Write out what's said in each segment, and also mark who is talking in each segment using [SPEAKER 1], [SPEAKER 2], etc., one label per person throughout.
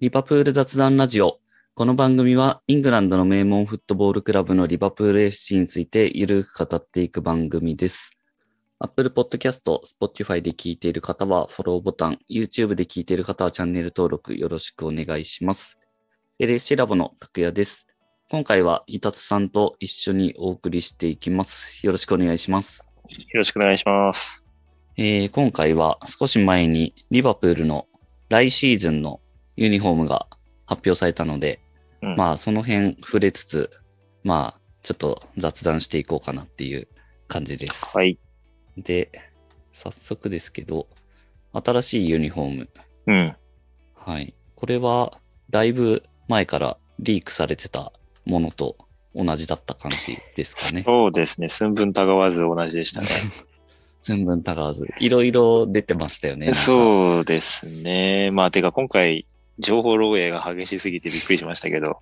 [SPEAKER 1] リバプール雑談ラジオ。この番組はイングランドの名門フットボールクラブのリバプール FC についてゆるく語っていく番組です。Apple Podcast、Spotify で聞いている方はフォローボタン、YouTube で聞いている方はチャンネル登録よろしくお願いします。LSC ラボの拓也です。今回は伊達さんと一緒にお送りしていきます。よろしくお願いします。
[SPEAKER 2] よろしくお願いします。
[SPEAKER 1] えー今回は少し前にリバプールの来シーズンのユニフォームが発表されたので、
[SPEAKER 2] うん
[SPEAKER 1] まあその辺触れつつ、まあちょっと雑談していこうかなっていう感じです。
[SPEAKER 2] はい。
[SPEAKER 1] で、早速ですけど、新しいユニフォーム。
[SPEAKER 2] うん。
[SPEAKER 1] はい。これはだいぶ前からリークされてたものと同じだった感じですかね。
[SPEAKER 2] そうですね。寸分たがわず同じで したね。
[SPEAKER 1] 寸分たがわず。いろいろ出てましたよね。なんか
[SPEAKER 2] そうですね。まあ、てか今回、情報漏洩が激しすぎてびっくりしましたけど、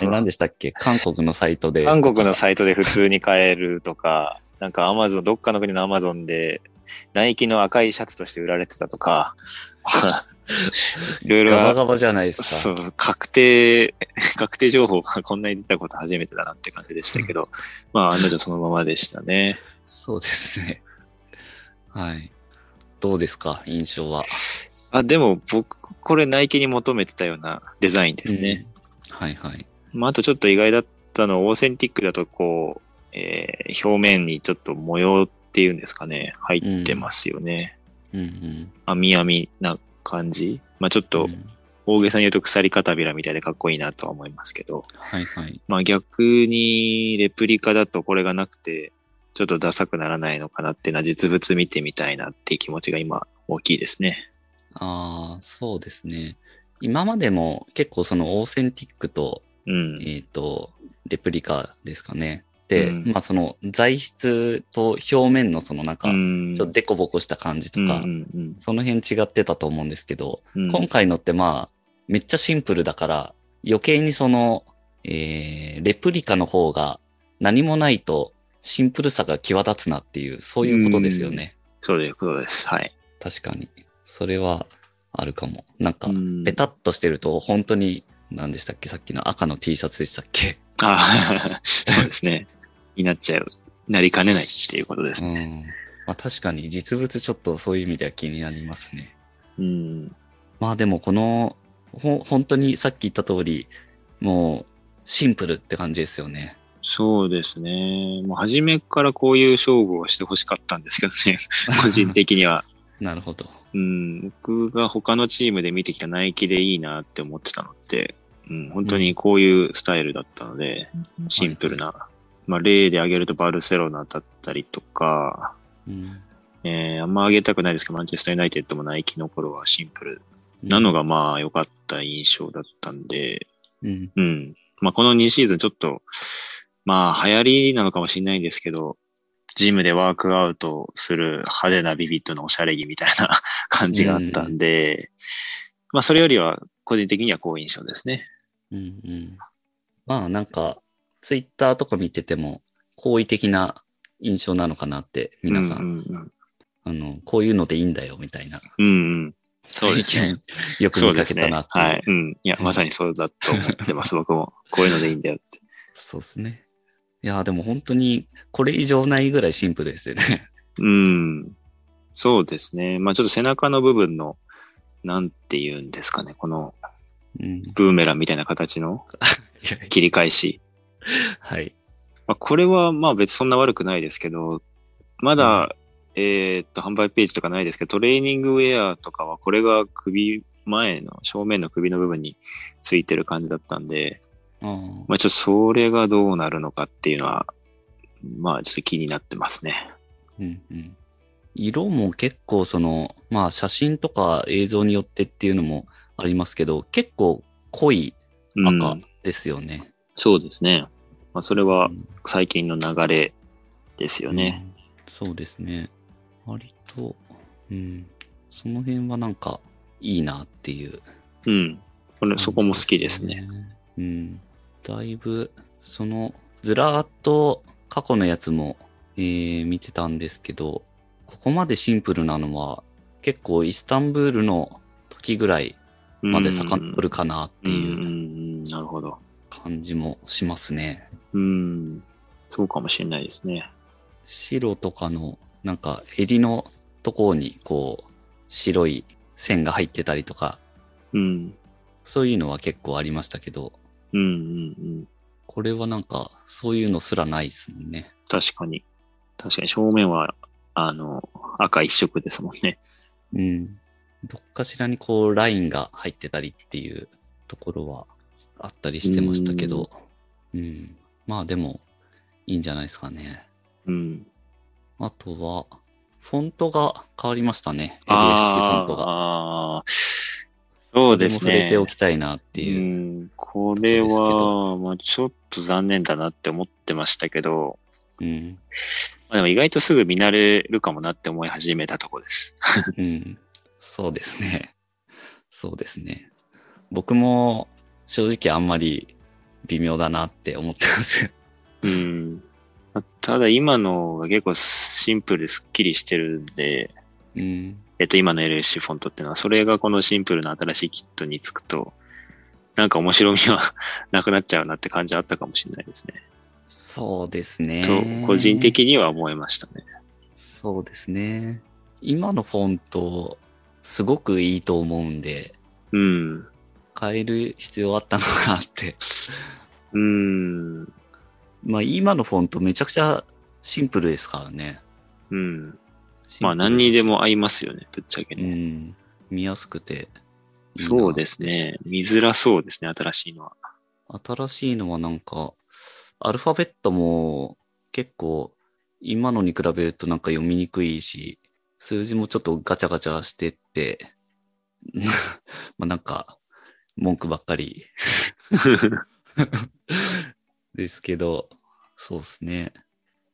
[SPEAKER 1] え何でしたっけ韓国のサイトで。
[SPEAKER 2] 韓国のサイトで普通に買えるとか、なんかアマゾン、どっかの国のアマゾンで、ナイキの赤いシャツとして売られてたと か、いろい
[SPEAKER 1] ガバ
[SPEAKER 2] ろ、
[SPEAKER 1] ガバじゃないです
[SPEAKER 2] そ
[SPEAKER 1] か。
[SPEAKER 2] う、確定、 確定情報がこんなに出たこと初めてだなって感じでしたけど、まあ、案の定そのままでしたね。
[SPEAKER 1] そうですね。はい。どうですか印象は。
[SPEAKER 2] あ、でも僕、これナイキに求めてたようなデザインですね。
[SPEAKER 1] うん。はいはい。
[SPEAKER 2] まあ、あとちょっと意外だったのは、オーセンティックだとこう、えー表面にちょっと模様っていうんですかね、入ってますよね。
[SPEAKER 1] うんうん。
[SPEAKER 2] 網網な感じ。まあ、ちょっと
[SPEAKER 1] うん
[SPEAKER 2] 大げさに言うと鎖片びらみたいでかっこいいなとは思いますけど、
[SPEAKER 1] はいはい。
[SPEAKER 2] まあ、逆にレプリカだとこれがなくて、ちょっとダサくならないのかなっていうのは実物見てみたいなっていう気持ちが今大きいですね。
[SPEAKER 1] ああ、そうですね。今までも結構そのオーセンティックと、
[SPEAKER 2] うん。
[SPEAKER 1] えっ、と、レプリカですかね。で、
[SPEAKER 2] うん
[SPEAKER 1] まあその材質と表面のそのなんか、ち
[SPEAKER 2] ん
[SPEAKER 1] ょっとデコボコした感じとか、
[SPEAKER 2] うんうん
[SPEAKER 1] その辺違ってたと思うんですけど、
[SPEAKER 2] うんうん
[SPEAKER 1] 今回のってまあ、めっちゃシンプルだから、余計にその、えーレプリカの方が何もないとシンプルさが際立つなっていう、そういうことですよね。
[SPEAKER 2] そうです、そうです。はい。
[SPEAKER 1] 確かに。それはあるかも。なんか、
[SPEAKER 2] うん
[SPEAKER 1] ペタッとしてると本当に、何でしたっけさっきの赤の T シャツでしたっけ
[SPEAKER 2] あ そうですね。になっちゃう。なりかねないっていうことです
[SPEAKER 1] うん
[SPEAKER 2] ね。。
[SPEAKER 1] まあ確かに実物ちょっとそういう意味では気になりますね。
[SPEAKER 2] うん。
[SPEAKER 1] まあでもこの、ほ、本当にさっき言った通り、もうシンプルって感じですよね。
[SPEAKER 2] そうですね。もう初めからこういう勝負をしてほしかったんですけど ね。個人的には。
[SPEAKER 1] なるほど。
[SPEAKER 2] うん。僕が他のチームで見てきたナイキでいいなって思ってたのって、うん、本当にこういうスタイルだったので、シンプルな。まあ、例で挙げるとバルセロナだったりとか、
[SPEAKER 1] うん
[SPEAKER 2] えーあんま上げたくないですけど、マンチェスター・ユナイテッドもナイキの頃はシンプルなのがまあ良かった印象だったんで、
[SPEAKER 1] うん。
[SPEAKER 2] うん。まあこの2シーズンちょっと、まあ流行りなのかもしれないんですけど、ジムでワークアウトする派手なビビットのおしゃれ着みたいな感じがあったんで、まあそれよりは個人的には好印象ですね。
[SPEAKER 1] うんうん。まあなんか、ツイッターとか見てても、好意的な印象なのかなって、皆さん,、
[SPEAKER 2] うんうん
[SPEAKER 1] あの、こういうのでいいんだよ、みたいな。
[SPEAKER 2] うん。うんうん。そうですね。
[SPEAKER 1] よく
[SPEAKER 2] そう
[SPEAKER 1] 見
[SPEAKER 2] で
[SPEAKER 1] か
[SPEAKER 2] す
[SPEAKER 1] けた
[SPEAKER 2] ね。
[SPEAKER 1] なっていう。
[SPEAKER 2] はい。うん。いや、まさにそうだと思ってます、僕も。こういうのでいいんだよって。
[SPEAKER 1] そうですね。いやー、でも本当に、これ以上ないぐらいシンプルですよね。
[SPEAKER 2] うん。そうですね。まあちょっと背中の部分の、なんて言うんですかね。この
[SPEAKER 1] うん。
[SPEAKER 2] ブーメランみたいな形の切り返し。
[SPEAKER 1] はい。
[SPEAKER 2] まあ、これはまあ別にそんな悪くないですけど、まだ、えーっと、販売ページとかないですけど、トレーニングウェアとかはこれが首前の、正面の首の部分についてる感じだったんで、
[SPEAKER 1] あー
[SPEAKER 2] まあちょっとそれがどうなるのかっていうのは、まあちょっと気になってますね。
[SPEAKER 1] うんうん。色も結構その、まあ写真とか映像によってっていうのもありますけど、結構濃い
[SPEAKER 2] うん
[SPEAKER 1] 赤ですよね。
[SPEAKER 2] そうですね。まあそれは
[SPEAKER 1] うん
[SPEAKER 2] 最近の流れですよね。
[SPEAKER 1] うん、そうですね。割と、うん。その辺はなんかいいなっていう
[SPEAKER 2] うん。これそこも好きですね。。
[SPEAKER 1] うん。だいぶ、その、ずらーっと過去のやつも、えー見てたんですけど、ここまでシンプルなのは、結構イスタンブールの時ぐらいまで遡るかなってい
[SPEAKER 2] うんう
[SPEAKER 1] うん
[SPEAKER 2] なるほど。
[SPEAKER 1] 感じもしますね。
[SPEAKER 2] うん。そうかもしれないですね。
[SPEAKER 1] 白とかのなんか襟のところにこう白い線が入ってたりとか、
[SPEAKER 2] うん。
[SPEAKER 1] そういうのは結構ありましたけど、
[SPEAKER 2] うんうんうん。
[SPEAKER 1] これはなんかそういうのすらないですもんね。
[SPEAKER 2] 確かに。確かに正面は、あの、赤一色ですもんね。
[SPEAKER 1] うん。どっかしらにこうラインが入ってたりっていうところはあったりしてましたけど、うん,、まあでもいいんじゃないですかね。
[SPEAKER 2] うん。
[SPEAKER 1] あとは、フォントが変わりましたね。LSC フォントが。
[SPEAKER 2] あーあーそうです
[SPEAKER 1] れも触れ
[SPEAKER 2] ね。
[SPEAKER 1] ておきたいなっていう。
[SPEAKER 2] うん、これ
[SPEAKER 1] ですけ
[SPEAKER 2] は、
[SPEAKER 1] ど
[SPEAKER 2] まあ、ちょっと残念だなって思ってましたけど、
[SPEAKER 1] うん。
[SPEAKER 2] まあ、でも意外とすぐ見慣れるかもなって思い始めたとこです。
[SPEAKER 1] うん。そうですね。そうですね。僕も正直あんまり微妙だなって思ってます。
[SPEAKER 2] うんまあただ今のが結構シンプルでスッキリしてるんで、
[SPEAKER 1] うん。
[SPEAKER 2] えっと今の LC フォントっていうのは、それがこのシンプルな新しいキットにつくと、なんか面白みは なくなっちゃうなって感じはあったかもしれないですね。
[SPEAKER 1] そうですね。
[SPEAKER 2] と、個人的には思いましたね。
[SPEAKER 1] そうですね。今のフォント、すごくいいと思うんで、
[SPEAKER 2] うん。
[SPEAKER 1] 変える必要あったのかなって。
[SPEAKER 2] うん。
[SPEAKER 1] まあ今のフォントめちゃくちゃシンプルですからね。
[SPEAKER 2] うん。
[SPEAKER 1] シンプル
[SPEAKER 2] まあ何にでも合いますよね、ぶっちゃけ
[SPEAKER 1] う
[SPEAKER 2] ね。
[SPEAKER 1] ん。見やすくていいな
[SPEAKER 2] そうですね。見づらそうですね、新しいのは。
[SPEAKER 1] 新しいのはなんか、アルファベットも結構今のに比べるとなんか読みにくいし、数字もちょっとガチャガチャしてって、 まあなんか文句ばっかり ですけど、そうですね。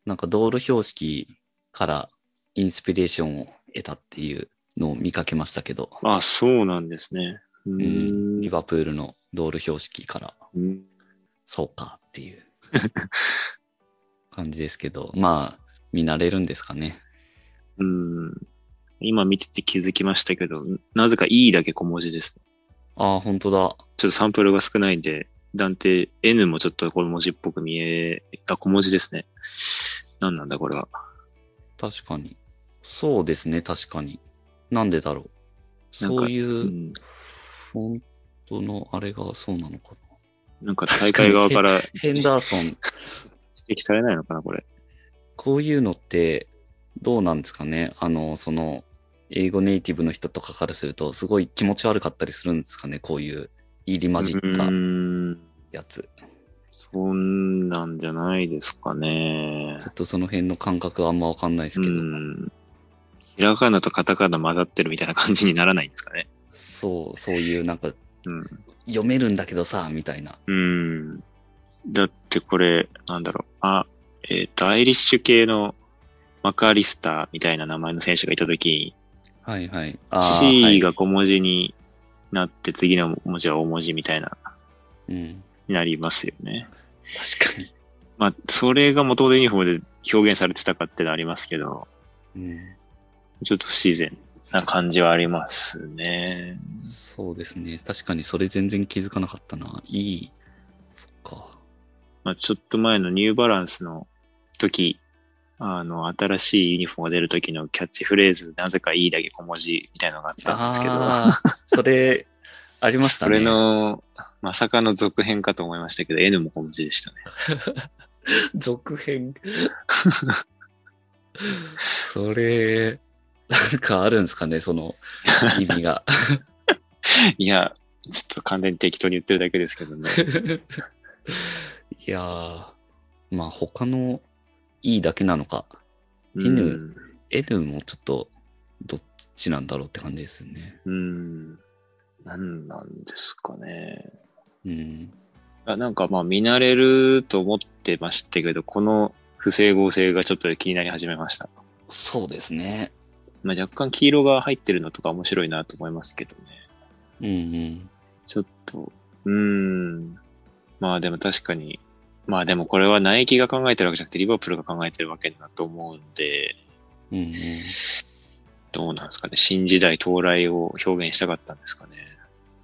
[SPEAKER 1] なんか道路標識からインスピレーションを得たっていうのを見かけましたけど、
[SPEAKER 2] あ、そうなんですね。う
[SPEAKER 1] う
[SPEAKER 2] ー
[SPEAKER 1] ん、
[SPEAKER 2] ん
[SPEAKER 1] リバプールの道路標識から
[SPEAKER 2] うん
[SPEAKER 1] そうかっていう 感じですけど、まあ、見慣れるんですかね。
[SPEAKER 2] うん。今見てて気づきましたけど、なぜか E だけ小文字です。
[SPEAKER 1] ああ、本当だ。
[SPEAKER 2] ちょっとサンプルが少ないんで、断定 N もちょっと小文字っぽく見え、あ、小文字ですね。何なんだこれは。
[SPEAKER 1] 確かに。そうですね、確かに。なんでだろう。
[SPEAKER 2] なんか、
[SPEAKER 1] そういううんフォントのあれがそうなのかな。
[SPEAKER 2] なんか大会側から
[SPEAKER 1] ヘンダーソン、
[SPEAKER 2] 指摘されないのかな、これ。
[SPEAKER 1] こういうのってどうなんですかね。あの、その、英語ネイティブの人とかからすると、すごい気持ち悪かったりするんですかね。こういう入り混じっ
[SPEAKER 2] う
[SPEAKER 1] た
[SPEAKER 2] ーん。
[SPEAKER 1] やつ。
[SPEAKER 2] そんなんじゃないですかね
[SPEAKER 1] ちょ。っとその辺の感覚はあんまわかんないですけ
[SPEAKER 2] う
[SPEAKER 1] ど。
[SPEAKER 2] ん。ひらがなとカタカナ混ざってるみたいな感じにならないんですかね。
[SPEAKER 1] そう、そういうなんか
[SPEAKER 2] うん。
[SPEAKER 1] 読めるんだけどさ、みたいな。
[SPEAKER 2] うん。だってこれ、なんだろう。あ、えっ、と、アイリッシュ系のマカリスターみたいな名前の選手がいたときに、
[SPEAKER 1] はいはい。あー
[SPEAKER 2] C が小文字になって、次の文字は大文字みたいな、
[SPEAKER 1] はいうん。
[SPEAKER 2] になりますよね。
[SPEAKER 1] 確かに。
[SPEAKER 2] まあ、それが元々ユニフォームで表現されてたかってのはありますけど、
[SPEAKER 1] うん、
[SPEAKER 2] ちょっと不自然な感じはありますね。
[SPEAKER 1] そうですね。確かにそれ全然気づかなかったな。いい。そっか。
[SPEAKER 2] まあ、ちょっと前のニューバランスの時、あの、新しいユニフォームが出る時のキャッチフレーズ、なぜかいいだけ小文字みたいなのがあったんですけど、
[SPEAKER 1] あーそれ、ありました
[SPEAKER 2] そ
[SPEAKER 1] ね。
[SPEAKER 2] れの、まさかの続編かと思いましたけど、N も小文字でしたね。
[SPEAKER 1] 続編。それ、なんかあるんですかね、その意味 が。
[SPEAKER 2] いや、ちょっと完全に適当に言ってるだけですけどね。
[SPEAKER 1] いやー、まあ他のいいだけなのか。
[SPEAKER 2] う
[SPEAKER 1] N
[SPEAKER 2] ん
[SPEAKER 1] N もちょっとどっちなんだろうって感じですよね。
[SPEAKER 2] うん。なんなんですかね。
[SPEAKER 1] うん。
[SPEAKER 2] あなんかまあ見慣れると思ってましたけど、この不整合性がちょっと気になり始めました。
[SPEAKER 1] そうですね。
[SPEAKER 2] まあ、若干黄色が入ってるのとか面白いなと思いますけどね。
[SPEAKER 1] うんうん。
[SPEAKER 2] ちょっと、うーん。まあでも確かに、まあでもこれはナイキが考えてるわけじゃなくて、リバプールが考えてるわけだと思うんで、
[SPEAKER 1] うんうん、
[SPEAKER 2] どうなんですかね。新時代到来を表現したかったんですかね。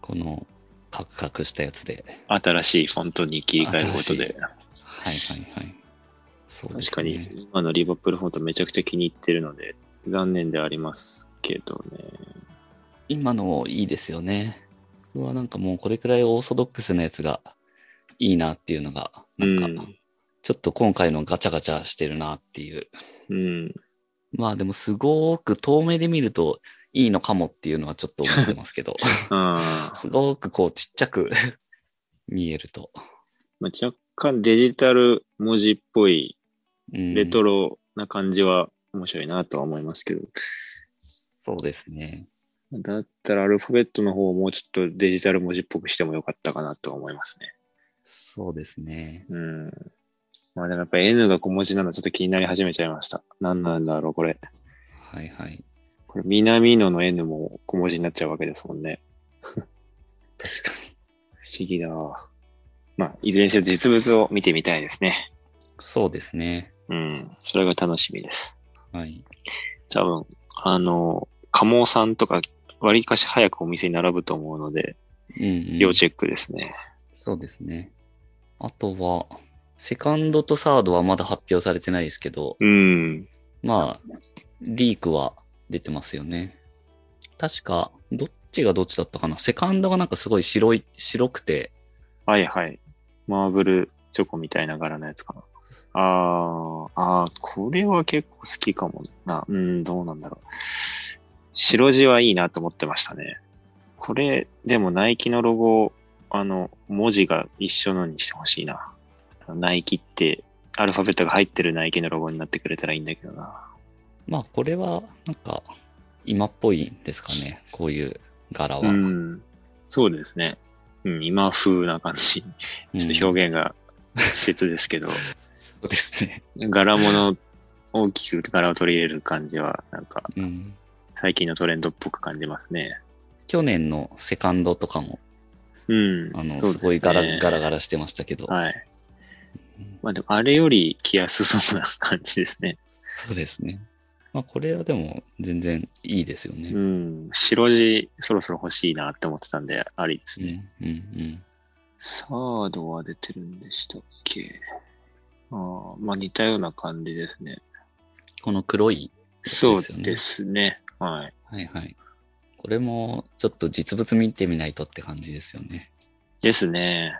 [SPEAKER 1] このカクカクしたやつで。
[SPEAKER 2] 新しいフォントに切り替えることで。
[SPEAKER 1] はいはいはい。そうです
[SPEAKER 2] 確かに、
[SPEAKER 1] ね。
[SPEAKER 2] 今のリバプールフォントめちゃくちゃ気に入ってるので、残念ではありますけどね。
[SPEAKER 1] 今のいいですよね。僕はなんかもうこれくらいオーソドックスなやつがいいなっていうのが、なんか、
[SPEAKER 2] うん
[SPEAKER 1] ちょっと今回のガチャガチャしてるなっていう。
[SPEAKER 2] うん。
[SPEAKER 1] まあでもすごく遠目で見るといいのかもっていうのはちょっと思ってますけど、
[SPEAKER 2] あー
[SPEAKER 1] すごくこうちっちゃく 見えると。
[SPEAKER 2] まあ、若干デジタル文字っぽい
[SPEAKER 1] うん
[SPEAKER 2] レトロな感じは面白いなとは思いますけど、
[SPEAKER 1] そうですね。
[SPEAKER 2] だったらアルファベットの方をもうちょっとデジタル文字っぽくしてもよかったかなとは思いますね。
[SPEAKER 1] そうですね。
[SPEAKER 2] うん。まあでもやっぱ N が小文字なのちょっと気になり始めちゃいました。何なんだろうこれ。
[SPEAKER 1] はいはい。
[SPEAKER 2] これ南野の N も小文字になっちゃうわけですもんね。
[SPEAKER 1] 確かに。
[SPEAKER 2] 不思議だ。まあ、いずれにせよ実物を見てみたいですね。
[SPEAKER 1] そうですね。
[SPEAKER 2] うん。それが楽しみです。
[SPEAKER 1] はい。
[SPEAKER 2] 多分、あの、鴨モさんとか、割かし早くお店に並ぶと思うので、
[SPEAKER 1] うん、うん。
[SPEAKER 2] 要チェックですね。
[SPEAKER 1] そうですね。あとは、セカンドとサードはまだ発表されてないですけど、
[SPEAKER 2] うん。
[SPEAKER 1] まあ、リークは出てますよね。確か、どっちがどっちだったかな。セカンドがなんかすごい白い、白くて、
[SPEAKER 2] はいはい。マーブルチョコみたいな柄のやつかな。あー、あー、これは結構好きかもな。うん、どうなんだろう。白地はいいなと思ってましたね。これ、でもナイキのロゴ、あの、文字が一緒のにしてほしいな。ナイキって、アルファベットが入ってるナイキのロゴになってくれたらいいんだけどな。
[SPEAKER 1] まあ、これは、なんか、今っぽいんですかね。こういう柄は。う
[SPEAKER 2] う
[SPEAKER 1] ん
[SPEAKER 2] ん。そうですね。うん、今風な感じ。ちょっと表現が稚拙ですけど。
[SPEAKER 1] そうですね。
[SPEAKER 2] 柄物、大きく柄を取り入れる感じは、なんか、
[SPEAKER 1] うん。
[SPEAKER 2] 最近のトレンドっぽく感じますね。
[SPEAKER 1] 去年のセカンドとかも、
[SPEAKER 2] うん。
[SPEAKER 1] あの、
[SPEAKER 2] そう
[SPEAKER 1] す
[SPEAKER 2] で
[SPEAKER 1] ごいガラガ
[SPEAKER 2] ラ。
[SPEAKER 1] ラガラしてましたけど。
[SPEAKER 2] はい。
[SPEAKER 1] うん
[SPEAKER 2] まあでも、あれより着やすそうな感じですね。
[SPEAKER 1] そうですね。まあ、これはでも、全然いいですよね。
[SPEAKER 2] うん。白地、そろそろ欲しいなって思ってたんで、ありです
[SPEAKER 1] うん
[SPEAKER 2] ね。、
[SPEAKER 1] うん、うん。
[SPEAKER 2] サードは出てるんでしたっけあーまあ似たような感じですね。
[SPEAKER 1] この黒い。
[SPEAKER 2] そう
[SPEAKER 1] ですよね
[SPEAKER 2] ですね。はい。
[SPEAKER 1] はいはい。これも、ちょっと実物見てみないとって感じですよね。
[SPEAKER 2] ですね。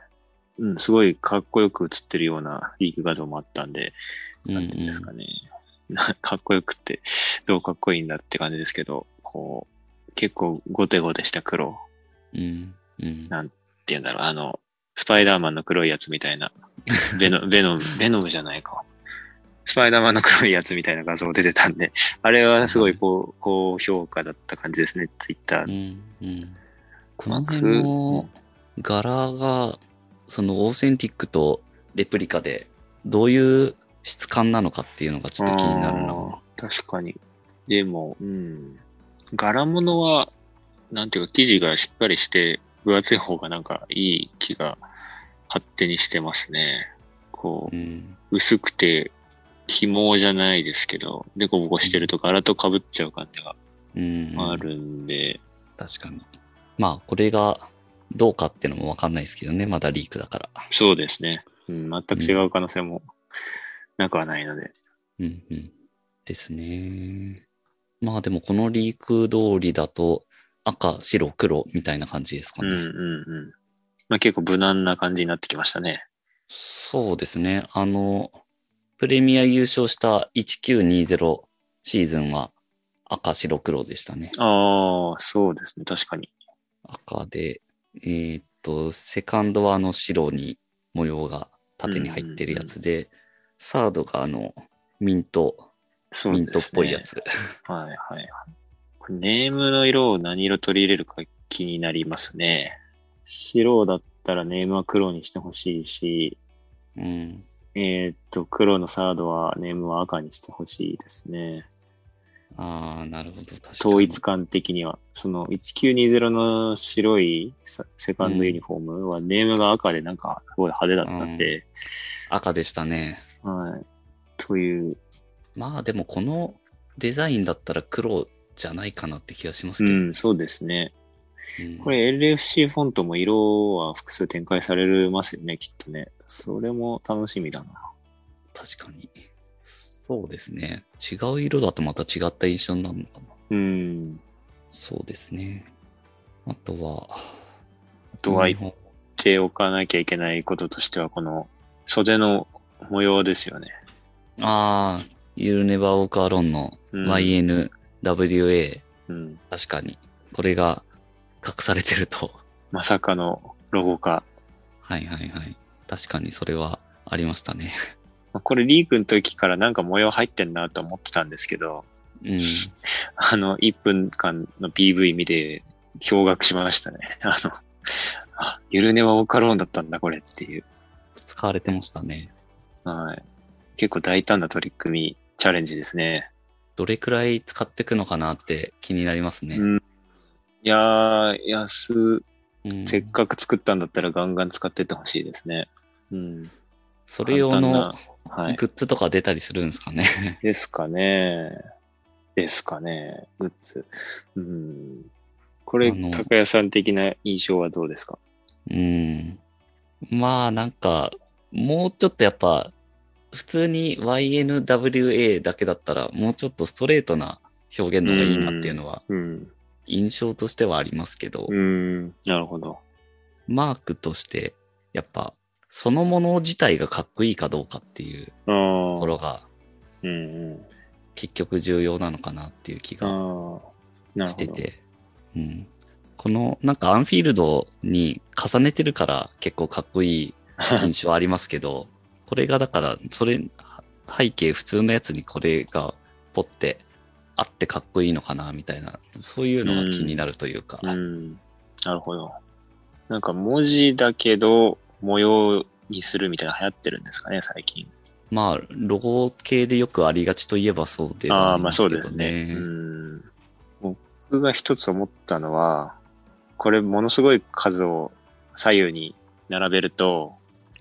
[SPEAKER 2] うん、すごいかっこよく映ってるようなリーグ画像もあったんで、なんていうんですかね。な かっこよくって、どうかっこいいんだって感じですけど、こう、結構ゴテゴテした黒っ
[SPEAKER 1] うんうん。うん、うん。
[SPEAKER 2] なんていうんだろう、あの、スパイダーマンの黒いやつみた いな、ベノ、ベノム、ベノムじゃないか。スパイダーマンの黒いやつみたいな画像出てたんで、あれはすごい高高評価だった感じですね、ツイッター
[SPEAKER 1] う。ん、うん。こ
[SPEAKER 2] まあ
[SPEAKER 1] の辺
[SPEAKER 2] く
[SPEAKER 1] も、柄が、そのオーセンティックとレプリカで、どういう質感なのかっていうのがちょっと気になる
[SPEAKER 2] あー
[SPEAKER 1] な。
[SPEAKER 2] 確かに。でも、うん。柄物は、なんていうか、生地がしっかりして、分厚い方がなんかいい気が勝手にしてますね。こ
[SPEAKER 1] うん。
[SPEAKER 2] う、薄くて、紐じゃないですけど、でこぼこしてると柄と被っちゃう感じが
[SPEAKER 1] うん。
[SPEAKER 2] あるんで、
[SPEAKER 1] 確かに。まあ、これが、どうかっていうのもわかんないですけどね。まだリークだから。
[SPEAKER 2] そうですね。うん、全く違う可能性もなくはないので。
[SPEAKER 1] うんうん。ですね。まあでもこのリーク通りだと赤、白、黒みたいな感じですか
[SPEAKER 2] う
[SPEAKER 1] ね。
[SPEAKER 2] んうんうん。まあ結構無難な感じになってきましたね。
[SPEAKER 1] そうですね。あの、プレミア優勝した1920シーズンは赤、白、黒でしたね。
[SPEAKER 2] ああ、そうですね。確かに。
[SPEAKER 1] 赤で、えーっと、セカンドはあの白に模様が縦に入ってるやつで、サードがあのミント、
[SPEAKER 2] そうで
[SPEAKER 1] ミ
[SPEAKER 2] すね。
[SPEAKER 1] ントっぽいやつ。
[SPEAKER 2] はいはいはい。これネームの色を何色取り入れるか気になりますね。白だったらネームは黒にしてほしいし、
[SPEAKER 1] うん。
[SPEAKER 2] えーっと、黒のサードはネームは赤にしてほしいですね。
[SPEAKER 1] ああ、なるほど。確かに。
[SPEAKER 2] 統一感的には。その1920の白いさセカンドユニフォームはネームが赤でなんかすごい派手だったんで、
[SPEAKER 1] 赤でしたね。
[SPEAKER 2] はい。という、
[SPEAKER 1] まあでもこのデザインだったら黒じゃないかなって気がします
[SPEAKER 2] う
[SPEAKER 1] けど。
[SPEAKER 2] ん、そうですね。
[SPEAKER 1] うん
[SPEAKER 2] これ LFC フォントも色は複数展開されますよね、きっとね。それも楽しみだな。
[SPEAKER 1] 確かに。そうですね。違う色だとまた違った印象になるのかな。
[SPEAKER 2] うん。
[SPEAKER 1] そうですね。あとは、
[SPEAKER 2] あとは
[SPEAKER 1] 日
[SPEAKER 2] 言っ
[SPEAKER 1] 本
[SPEAKER 2] ておかなきゃいけないこととしては、この袖の模様ですよね。
[SPEAKER 1] ああ、ユルネバーオーカーロンの
[SPEAKER 2] うん
[SPEAKER 1] YNWA、
[SPEAKER 2] うん。
[SPEAKER 1] 確かに。これが隠されてると。
[SPEAKER 2] まさかのロゴ化。
[SPEAKER 1] はいはいはい。確かにそれはありましたね。
[SPEAKER 2] まあこれリークの時からなんか模様入ってんなと思ってたんですけど、
[SPEAKER 1] うん。
[SPEAKER 2] あの、1分間の PV 見て、驚愕しましたね。あの、あ、ゆるねはオーカローンだったんだ、これっていう。
[SPEAKER 1] 使われてましたね。
[SPEAKER 2] はい。結構大胆な取り組み、チャレンジですね。
[SPEAKER 1] どれくらい使っていくのかなって気になりますね。
[SPEAKER 2] うん。いやー、安、
[SPEAKER 1] うん
[SPEAKER 2] せっかく作ったんだったらガンガン使ってってほしいですね。うん。
[SPEAKER 1] それ用
[SPEAKER 2] 簡
[SPEAKER 1] の
[SPEAKER 2] 単なはい。
[SPEAKER 1] グッズとか出たりするんですかね。
[SPEAKER 2] ですかね。ですかね。グッズ。うん。これ
[SPEAKER 1] あの、
[SPEAKER 2] 高谷さん的な印象はどうですか
[SPEAKER 1] うん。まあなんか、もうちょっとやっぱ、普通に YNWA だけだったら、もうちょっとストレートな表現の方がいいなっていうのは、
[SPEAKER 2] うん。
[SPEAKER 1] 印象としてはありますけど、
[SPEAKER 2] うん。なるほど。
[SPEAKER 1] マークとして、やっぱ、そのもの自体がかっこいいかどうかっていう
[SPEAKER 2] あ
[SPEAKER 1] と
[SPEAKER 2] あ
[SPEAKER 1] こ。ろが、
[SPEAKER 2] うんうん。
[SPEAKER 1] 結局重要なのかなっていう気
[SPEAKER 2] ああ
[SPEAKER 1] が。
[SPEAKER 2] なる
[SPEAKER 1] し
[SPEAKER 2] ほ
[SPEAKER 1] て
[SPEAKER 2] ど。
[SPEAKER 1] て、うん。この、なんかアンフィールドに重ねてるから結構かっこい い印象ありますけど、これがだから、それ、背景普通のやつにこれがポッてあってかっこいいのかな、みたいな、そういうのが気になるというか、
[SPEAKER 2] うん。なるほど。なんか文字だけど模様にするみたいなの流行ってるんですかね、最近。
[SPEAKER 1] まあ、ロゴ系でよくありがちといえばそうでは
[SPEAKER 2] あ
[SPEAKER 1] あり
[SPEAKER 2] あ、まあ
[SPEAKER 1] ます
[SPEAKER 2] そ
[SPEAKER 1] けど、
[SPEAKER 2] う
[SPEAKER 1] ね。
[SPEAKER 2] ですね。うん。僕が一つ思ったのは、これものすごい数を左右に並べると、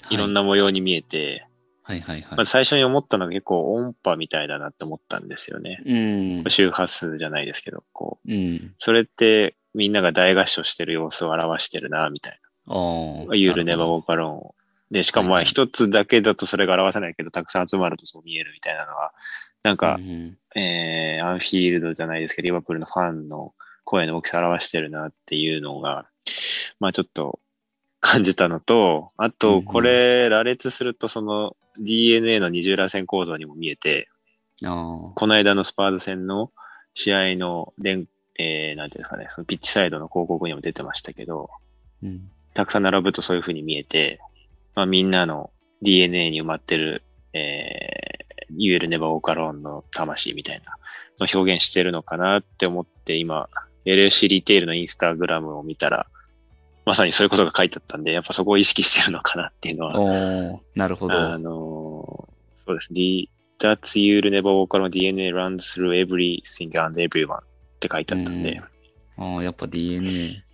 [SPEAKER 2] いろん
[SPEAKER 1] な。
[SPEAKER 2] な模様に見えて、
[SPEAKER 1] はいはいはい。
[SPEAKER 2] まず最初に思ったのが結構音波みたいだなって思ったんですよね。
[SPEAKER 1] うん。
[SPEAKER 2] 周波数じゃないですけど、こう、
[SPEAKER 1] うん。
[SPEAKER 2] それってみんなが大合唱してる様子を表してるな、みたいな。
[SPEAKER 1] ああ。
[SPEAKER 2] ユールネバー
[SPEAKER 1] を。
[SPEAKER 2] ボーカロンを。で、しかもま
[SPEAKER 1] はいは
[SPEAKER 2] あ
[SPEAKER 1] い
[SPEAKER 2] 一つだけだとそれが表せないけど、たくさん集まるとそう見えるみたいなのは、なんか
[SPEAKER 1] う、ん
[SPEAKER 2] えーアンフィールドじゃないですけど、リバプールのファンの声の大きさを表してるなっていうのが、まあちょっと感じたのと、あ
[SPEAKER 1] うんう
[SPEAKER 2] と、
[SPEAKER 1] ん
[SPEAKER 2] これ、羅列するとその DNA の二重らせん構造にも見えて、
[SPEAKER 1] ああ。
[SPEAKER 2] この間のスパーズ戦の試合の電、えーなんていうんですかね、そのピッチサイドの広告にも出てましたけど、
[SPEAKER 1] うん。
[SPEAKER 2] たくさん並ぶとそういう風に見えて、まあ、みんなの DNA に埋まってる、えー、ユエルネバオーカロンの魂みたいなのを表現してるのかなって思って、今、LFC リテールのインスタグラムを見たら、まさにそういうことが書いてあったんで、やっぱそこを意識してるのかなっていうのは、
[SPEAKER 1] おーなるほど。
[SPEAKER 2] あのーそうですね。That's You Will Never Walk Alone DNA runs through everything and everyone って書いてあったんで、
[SPEAKER 1] ああ、やっぱ DNA。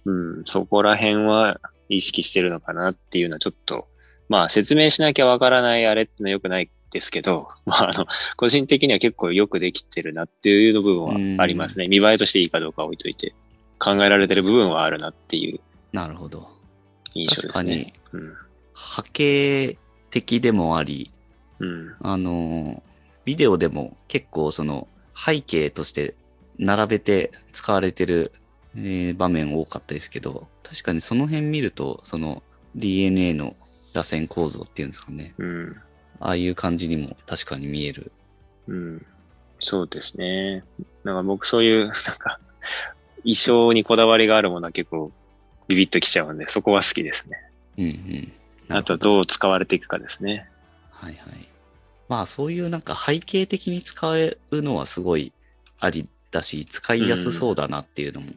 [SPEAKER 2] うん、そこら辺は意識してるのかなっていうのはちょっと、まあ説明しなきゃわからないあれってのは良くないですけど、 まああの、個人的には結構よくできてるなっていう部分はありますね。見栄えとしていいかどうかは置いといて、考えられてる部分はあるなっていう
[SPEAKER 1] なるほど。
[SPEAKER 2] 印象
[SPEAKER 1] 確
[SPEAKER 2] で
[SPEAKER 1] か
[SPEAKER 2] すね。
[SPEAKER 1] に、
[SPEAKER 2] うん。
[SPEAKER 1] 波形的でもあり、
[SPEAKER 2] うん。
[SPEAKER 1] あのービデオでも結構その背景として並べて使われてる、えー場面多かったですけど、確かにその辺見ると、その DNA の螺旋構造っていうんですかね。
[SPEAKER 2] うん。
[SPEAKER 1] ああいう感じにも確かに見える。
[SPEAKER 2] うん。そうですね。なんか僕そう いう、なんか、衣装にこだわりがあるものは結構ビビッときちゃうんで、そこは好きですね。
[SPEAKER 1] うんうん。
[SPEAKER 2] あとどう使われていくかですね。
[SPEAKER 1] はいはい。まあそういうなんか背景的に使うのはすごいありだし、使いやすそうだなっていうのも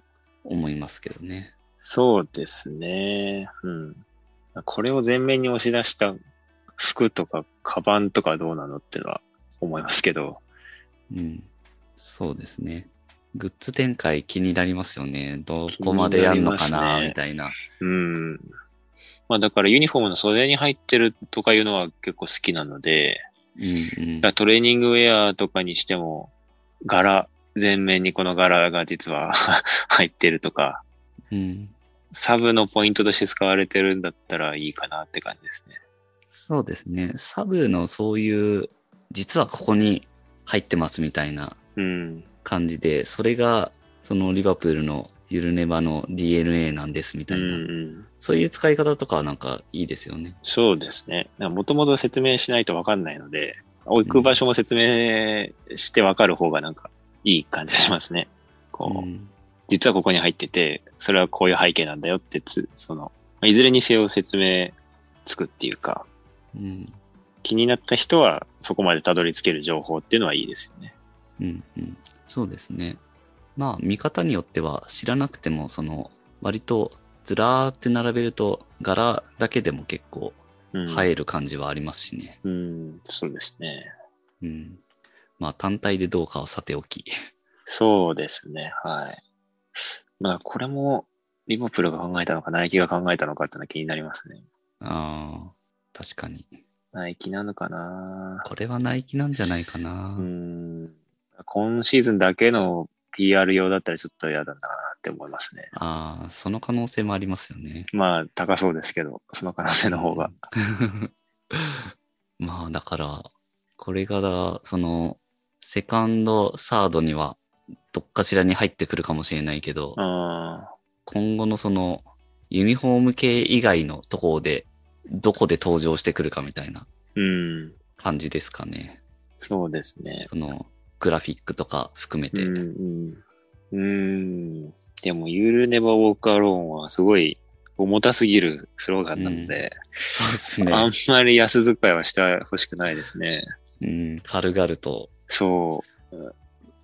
[SPEAKER 1] 思いますけどね。
[SPEAKER 2] そうですね。うん。これを前面に押し出した服とか、カバンとかどうなのってのは思いますけど。
[SPEAKER 1] うん。そうですね。グッズ展開気になりますよね。どこまでやるのか
[SPEAKER 2] 気になりま
[SPEAKER 1] な、
[SPEAKER 2] すね
[SPEAKER 1] みたいな。
[SPEAKER 2] うん。まあだからユニフォームの袖に入ってるとかいうのは結構好きなので、
[SPEAKER 1] うんうん
[SPEAKER 2] だからトレーニングウェアとかにして も、柄、前面にこの柄が実は入ってるとか、
[SPEAKER 1] うん。
[SPEAKER 2] サブのポイントとして使われてるんだったらいいかなって感じですね。
[SPEAKER 1] そうですね。サブのそういう、実はここに入ってますみたいな
[SPEAKER 2] うん。
[SPEAKER 1] 感じで、それが、そのリバプールのゆるネバの DNA なんですみ
[SPEAKER 2] う
[SPEAKER 1] た
[SPEAKER 2] ん
[SPEAKER 1] いな、
[SPEAKER 2] うん。
[SPEAKER 1] そういう使い方とかはなんかいいですよね。
[SPEAKER 2] そうですね。もともと説明しないとわかんないので、置く場所も説明してわかる方がなんかいい感じしますね。こ
[SPEAKER 1] う
[SPEAKER 2] う、
[SPEAKER 1] ん
[SPEAKER 2] 実はここに入ってて、それはこういう背景なんだよってつ、その、まあいずれにせよ説明つくっていうか、
[SPEAKER 1] うん。
[SPEAKER 2] 気になった人はそこまでたどり着ける情報っていうのはいいですよね。
[SPEAKER 1] うんうん、そうですね。まあ見方によっては知らなくてもその割とずらーって並べると柄だけでも結構
[SPEAKER 2] うん。
[SPEAKER 1] 映える感じはありますしね。
[SPEAKER 2] うん、そうですね。
[SPEAKER 1] うん。まあ単体でどうかはさておき。
[SPEAKER 2] そうですね。はい。まあ、これも、リバプールが考えたのか、ナイキが考えたのかっていうのは気になりますね。
[SPEAKER 1] ああ、確かに。
[SPEAKER 2] ナイキなのかな
[SPEAKER 1] これはナイキなんじゃないかな。
[SPEAKER 2] うん。今シーズンだけの PR 用だったらちょっと嫌だなって思いますね。
[SPEAKER 1] ああ、その可能性もありますよね。
[SPEAKER 2] まあ、高そうですけど、その可能性の方が。
[SPEAKER 1] まあだから、これが、その、セカンド、サードには、どっかしらに入ってくるかもしれないけど、
[SPEAKER 2] うん。
[SPEAKER 1] 今後のその、ユニフォーム系以外のところで、どこで登場してくるかみたいな
[SPEAKER 2] うん。
[SPEAKER 1] 感じですかね。
[SPEAKER 2] そうですね。
[SPEAKER 1] その、グラフィックとか含め
[SPEAKER 2] う
[SPEAKER 1] て。
[SPEAKER 2] ん、うん。うん。でも、You l Never Walk Alone はすごい重たすぎるスローガンなので、
[SPEAKER 1] そうです
[SPEAKER 2] あ
[SPEAKER 1] ね
[SPEAKER 2] ん。まり安遣いはしてほしくないですね。
[SPEAKER 1] うん、軽々と。
[SPEAKER 2] そう。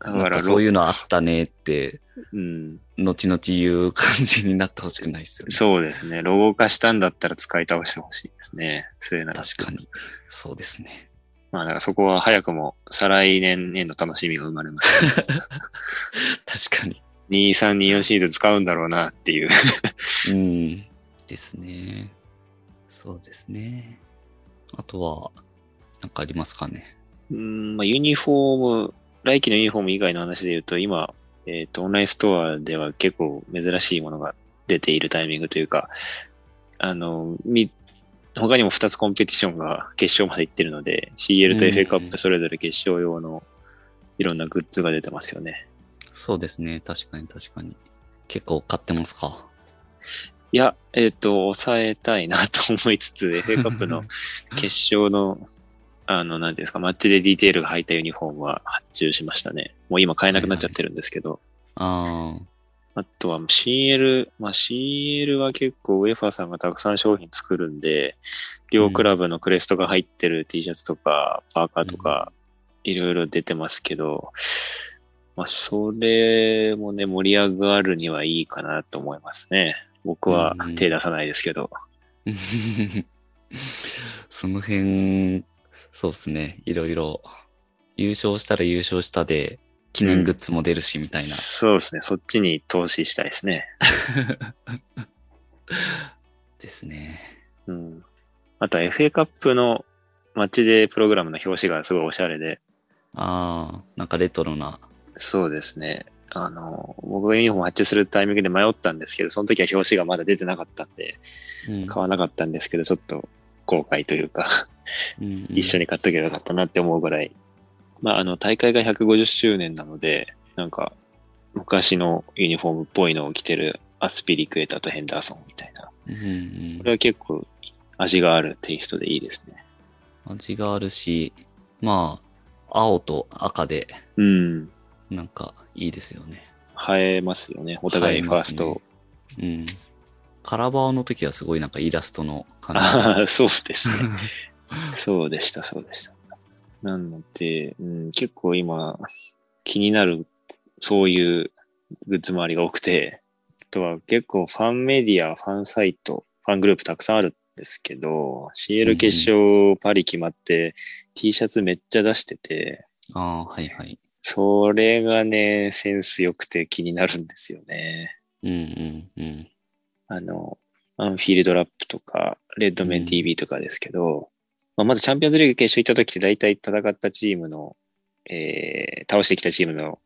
[SPEAKER 2] だか
[SPEAKER 1] なん
[SPEAKER 2] ら
[SPEAKER 1] かそういうのあったねって、
[SPEAKER 2] うん、
[SPEAKER 1] 後々言う感じになってほしくないですよね。
[SPEAKER 2] そうですね。ロゴ化したんだったら使い倒してほしいですね。末永く
[SPEAKER 1] 確か。に。そうですね。
[SPEAKER 2] まあ、だからそこは早くも再来年への楽しみが生まれました。
[SPEAKER 1] 確か に。
[SPEAKER 2] 2324シーズン使うんだろうなっていう。
[SPEAKER 1] うん。ですね。そうですね。あとは、なんかありますかね。
[SPEAKER 2] うん、まあ、ユニフォーム、来季のユニフォーム以外の話で言うと、今、えっ、と、オンラインストアでは結構珍しいものが出ているタイミングというか、あの、み、他にも2つコンペティションが決勝まで行ってるので、CL と
[SPEAKER 1] うん
[SPEAKER 2] FA カップそれぞれ決勝用のいろんなグッズが出てますよね。
[SPEAKER 1] そうですね。確かに確かに。結構買ってますか。
[SPEAKER 2] いや、えっ、と、抑えたいなと思い つつ、FA カップの決勝の、あの、なんていうんですか、マッチでディテールが入ったユニフォームは発注しましたね。もう今買えなくなっちゃってるんですけど、
[SPEAKER 1] ああ。
[SPEAKER 2] あとは CL、まあ、CL は結構 UEFA さんがたくさん商品作るんで、両クラブのクレストが入ってる T シャツとか、パーカーとか、いろいろ出てますけど、まあ、それもね、盛り上がるにはいいかなと思いますね。僕は
[SPEAKER 1] うん
[SPEAKER 2] 手出さないですけど。
[SPEAKER 1] その辺、そうですね。いろいろ。優勝したら優勝したで、記念グッズも出るし、みたいな。
[SPEAKER 2] そうですね。そっちに投資したいですね。
[SPEAKER 1] ですね。
[SPEAKER 2] うん。あとは FA カップのマッチデープログラムの表紙がすごいおしゃれで、
[SPEAKER 1] ああ、なんかレトロな。
[SPEAKER 2] そうですね。あの、僕がユニフォーム発注するタイミングで迷ったんですけど、その時は表紙がまだ出てなかったんで、
[SPEAKER 1] うん
[SPEAKER 2] 買わなかったんですけど、ちょっと後悔というか、
[SPEAKER 1] うんうん
[SPEAKER 2] 一緒に買っとけばよかったなって思うぐらい。まあ、あの、大会が150周年なので、なんか、昔のユニフォームっぽいのを着てるアスピリクエタとヘンダーソンみたいな。
[SPEAKER 1] うんうん
[SPEAKER 2] これは結構味があるテイストでいいですね。
[SPEAKER 1] 味があるし、まあ、青と赤で、
[SPEAKER 2] うん。
[SPEAKER 1] なんかいいですよね。
[SPEAKER 2] 映えますよね。お互いファース
[SPEAKER 1] 映え
[SPEAKER 2] ト。
[SPEAKER 1] うん。カラバーの時はすごいなんかイラストの感
[SPEAKER 2] ああ、 そうです
[SPEAKER 1] じ
[SPEAKER 2] ね。。 そうでした、そうでした。なので、うん、結構今、気になる、そういうグッズ周りが多くて、あとは結構ファンメディア、ファンサイト、ファングループたくさんあるんですけど、
[SPEAKER 1] うんうん
[SPEAKER 2] CL 決勝パリ決まって、T シャツめっちゃ出してて、
[SPEAKER 1] ああ、はいはい。
[SPEAKER 2] それがね、センス良くて気になるんですよね。
[SPEAKER 1] うんうんうん。
[SPEAKER 2] あの、アンフィールドラップとか、レッドメ
[SPEAKER 1] うん
[SPEAKER 2] ン TV とかですけど、まあ、まずチャンピオンズリーグ決勝行った時って大体戦ったチームの、えー倒してきたチームの、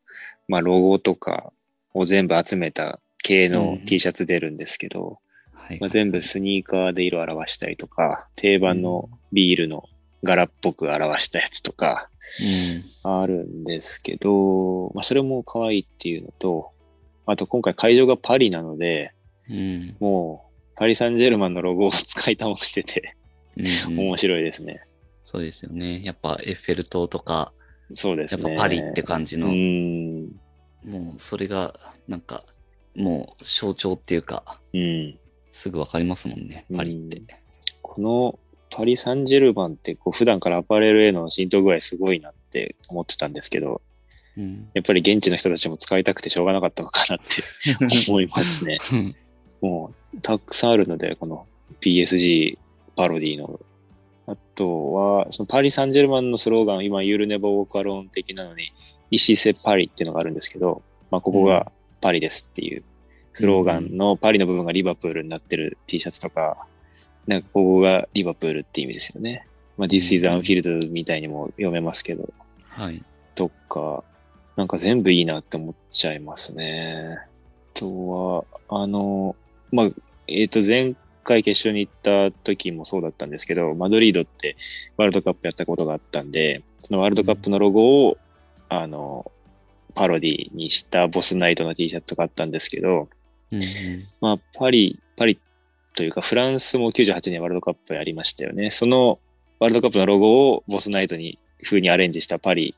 [SPEAKER 2] まあ、ロゴとかを全部集めた系
[SPEAKER 1] う
[SPEAKER 2] の
[SPEAKER 1] ん
[SPEAKER 2] T シャツ出るんですけど、
[SPEAKER 1] はい
[SPEAKER 2] まあ、全部スニーカーで色表したりとか、定番のビールの柄っぽく表したやつとか
[SPEAKER 1] うん
[SPEAKER 2] あるんですけど、まあ、それも可愛いっていうのと、あと今回会場がパリなので、
[SPEAKER 1] うん
[SPEAKER 2] もうパリ・サンジェルマンのロゴを使い倒してて、
[SPEAKER 1] うんうん
[SPEAKER 2] 面白いですね。
[SPEAKER 1] そうですよね。やっぱエッフェル塔とか、
[SPEAKER 2] そうです
[SPEAKER 1] やっ
[SPEAKER 2] ね。
[SPEAKER 1] ぱパリって感じ
[SPEAKER 2] う
[SPEAKER 1] の、
[SPEAKER 2] ーん。
[SPEAKER 1] もうそれがなんかもう象徴っていうか、
[SPEAKER 2] うん。
[SPEAKER 1] すぐわかりますもんね、パリって。
[SPEAKER 2] このパリ・サンジェルマンってこう普段からアパレルへの浸透具合すごいなって思ってたんですけど、
[SPEAKER 1] うん
[SPEAKER 2] やっぱり現地の人たちも使いたくてしょうがなかったのかなって思いますね。 もうたくさんあるので、この PSG パロディの。あとは、そのパリ・サンジェルマンのスローガン、今、ユールネバ・ウォーカロン的なのに、イシセ・パリっていうのがあるんですけど、まあ、ここがパリですっていうスローガンのパリの部分がリバプールになってる T シャツとか、なんかここがリバプールって意味ですよね。まあ、This is Anfield みたいにも読めますけど、
[SPEAKER 1] はい。
[SPEAKER 2] とか、なんか全部いいなって思っちゃいますね。あとは、あの、まあ、えっ、と、前回決勝に行った時もそうだったんですけど、マドリードってワールドカップやったことがあったんで、そのワールドカップのロゴを、あの、パロディにしたボスナイトの T シャツとかあったんですけど、
[SPEAKER 1] うんうん
[SPEAKER 2] まあ、パリ、パリというか、フランスも98年ワールドカップやりましたよね。そのワールドカップのロゴをボスナイトに風にアレンジしたパリ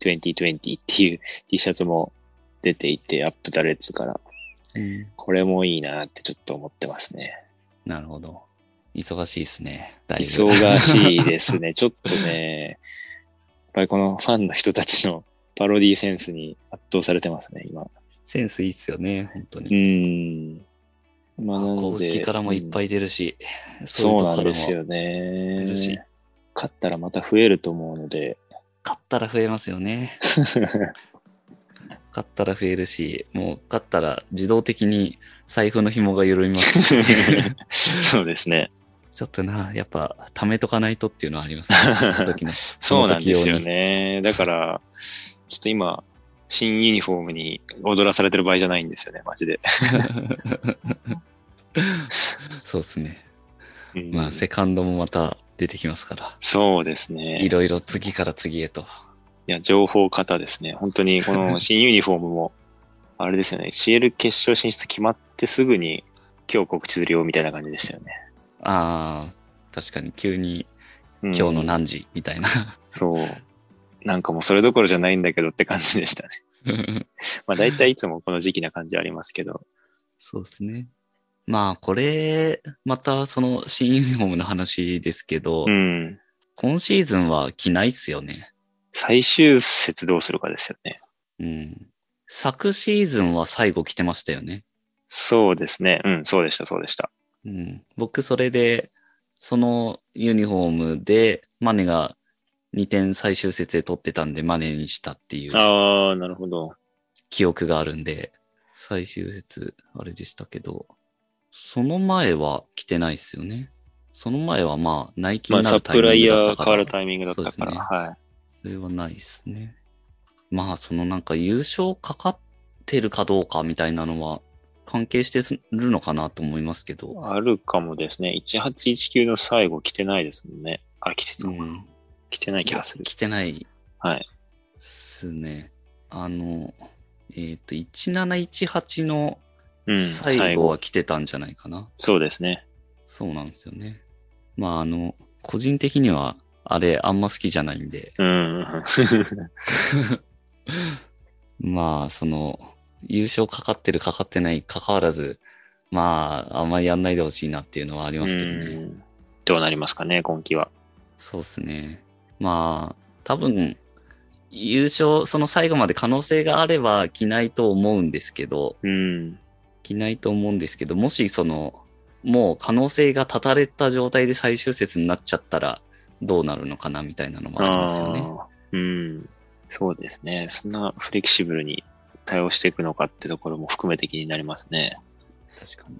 [SPEAKER 2] 2020っていう T シャツも出ていて、アップダレッツから。
[SPEAKER 1] うん
[SPEAKER 2] これもいいなってちょっと思ってますね。
[SPEAKER 1] なるほど。忙しいですね。だいぶ。
[SPEAKER 2] 忙しいですね。 ちょっとね、やっぱりこのファンの人たちのパロディセンスに圧倒されてますね、今。
[SPEAKER 1] センスいいっすよね、本当
[SPEAKER 2] う
[SPEAKER 1] に。
[SPEAKER 2] ーん。まあなので
[SPEAKER 1] 公式からもいっぱい出るし、い
[SPEAKER 2] そ
[SPEAKER 1] と
[SPEAKER 2] う
[SPEAKER 1] こ
[SPEAKER 2] な
[SPEAKER 1] から
[SPEAKER 2] ん
[SPEAKER 1] も
[SPEAKER 2] ですよね
[SPEAKER 1] 出るし。
[SPEAKER 2] 勝ったらまた増えると思うので。
[SPEAKER 1] 勝ったら増えますよね。勝ったら増えるし、もう勝ったら自動的に財布の紐が緩みますし。
[SPEAKER 2] そうですね。
[SPEAKER 1] ちょっとな、やっぱ、貯めとかないとっていうのはありますね。 その時の。
[SPEAKER 2] そうなんですよね。だから、ちょっと今、新ユニフォームに踊らされてる場合じゃないんですよね、マジで。
[SPEAKER 1] そうですね。
[SPEAKER 2] うん
[SPEAKER 1] まあ、セカンドもまた出てきますから。
[SPEAKER 2] そうですね。
[SPEAKER 1] いろいろ次から次へと。
[SPEAKER 2] いや、情報型ですね。本当に、こ の新ユニフォームも、あれですよね、CL 決勝進出決まってすぐに、今日告知するよみたいな感じでしたよね。
[SPEAKER 1] ああ、確かに急に
[SPEAKER 2] うん
[SPEAKER 1] 今日の何時みたいな。
[SPEAKER 2] そう。なんかもうそれどころじゃないんだけどって感じでしたね。まあ大体いつもこの時期な感じありますけど。
[SPEAKER 1] そうですね。まあ、これ、またその新ユニフォームの話ですけど、
[SPEAKER 2] うん。
[SPEAKER 1] 今シーズンは着ないっすよね。
[SPEAKER 2] 最終節どうするかですよね。
[SPEAKER 1] うん。昨シーズンは最後着てましたよね。
[SPEAKER 2] そうですね。うん、そうでした、そうでした。
[SPEAKER 1] うん、僕、それで、そのユニフォームで、マネが2点最終節で取ってたんで、マネにしたっていう
[SPEAKER 2] ああ、なるほど。
[SPEAKER 1] 記憶があるんで、最終節、あれでしたけど、その前は来てないですよね。その前はまあ、ナイキ
[SPEAKER 2] ま
[SPEAKER 1] に
[SPEAKER 2] あ
[SPEAKER 1] な
[SPEAKER 2] サ
[SPEAKER 1] るタイ
[SPEAKER 2] プライ
[SPEAKER 1] ミング
[SPEAKER 2] ヤ
[SPEAKER 1] だったか
[SPEAKER 2] ー変わ
[SPEAKER 1] ら、
[SPEAKER 2] るタイミングだった
[SPEAKER 1] そう
[SPEAKER 2] か
[SPEAKER 1] です
[SPEAKER 2] ら。
[SPEAKER 1] ね
[SPEAKER 2] はい。
[SPEAKER 1] それはないですね。まあ、そのなんか優勝かかってるかどうかみたいなのは、関係してるのかなと思いますけど。
[SPEAKER 2] あるかもですね。1819の最後来てないですもんね。あ、来てた
[SPEAKER 1] う
[SPEAKER 2] のかな。
[SPEAKER 1] ん、
[SPEAKER 2] 来てない気がする。
[SPEAKER 1] 来てない
[SPEAKER 2] はい。
[SPEAKER 1] ですね。あの、えっ、と、1718の
[SPEAKER 2] うん、
[SPEAKER 1] 最後は来てたんじゃないかな。
[SPEAKER 2] そうですね。
[SPEAKER 1] そうなんですよね。まあ、あの、個人的には、あれ、あんま好きじゃないんで、
[SPEAKER 2] うん。うん
[SPEAKER 1] まあ、その、優勝かかってる、かかってない、かかわらず、まあ、あんまりやんないでほしいなっていうのはありますけどね。
[SPEAKER 2] うんどうなりますかね、今季は。
[SPEAKER 1] そうですね。まあ、多分、優勝、その最後まで可能性があれば着ないと思うんですけど、
[SPEAKER 2] うん。
[SPEAKER 1] 着ないと思うんですけど、もしその、もう可能性が断たれた状態で最終節になっちゃったらどうなるのかなみたいなのもありますよね。
[SPEAKER 2] あーうん。そうですね。そんなフレキシブルに対応していくのかってところも含めて気になりますね。
[SPEAKER 1] 確かに。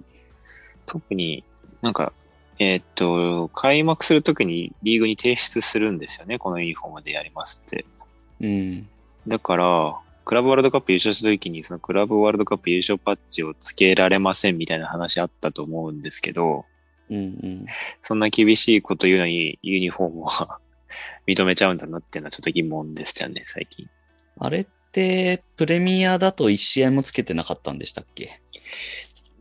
[SPEAKER 2] 特になんか、えーっと、開幕するときにリーグに提出するんですよね。このユニフォームでやりますって。
[SPEAKER 1] うん。
[SPEAKER 2] だから、クラブワールドカップ優勝した時に、そのクラブワールドカップ優勝パッチをつけられませんみたいな話あったと思うんですけど、
[SPEAKER 1] うんうん。
[SPEAKER 2] そんな厳しいこと言うのにユニフォームは 認めちゃうんだなっていうのはちょっと疑問でしたね、最近。
[SPEAKER 1] あれって、プレミアだと1試合もつけてなかったんでしたっけ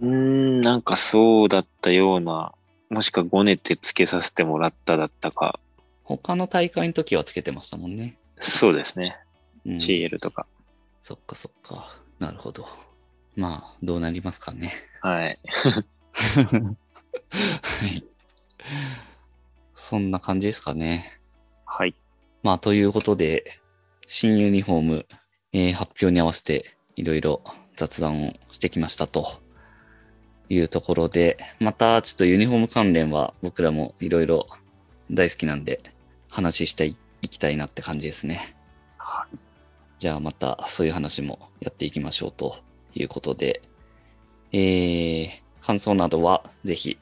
[SPEAKER 2] うーん、なんかそうだったような、もしくはごねてつけさせてもらっただったか、
[SPEAKER 1] 他の大会の時はつけてましたもんね。
[SPEAKER 2] そうですね、
[SPEAKER 1] うん、
[SPEAKER 2] CL とか。
[SPEAKER 1] そっかそっか。なるほど。まあ、どうなりますかね。
[SPEAKER 2] はい。
[SPEAKER 1] はい。そんな感じですかね。
[SPEAKER 2] はい。
[SPEAKER 1] まあ、ということで、新ユニフォーム、えー発表に合わせていろいろ雑談をしてきましたというところで、またちょっとユニフォーム関連は僕らもいろいろ大好きなんで話していきたいなって感じですね。
[SPEAKER 2] は
[SPEAKER 1] じゃあまたそういう話もやっていきましょうということで、えー、感想などはぜひ、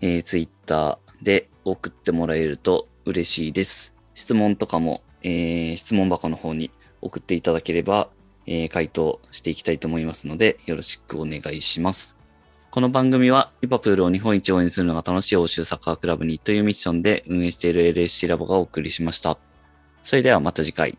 [SPEAKER 1] えー、Twitter で送ってもらえると嬉しいです。質問とかも、えー質問箱の方に送っていただければ、えー回答していきたいと思いますので、よろしくお願いします。この番組は、リバプールを日本一応援するのが楽しい欧州サッカークラブにというミッションで運営している LSC ラボがお送りしました。それではまた次回。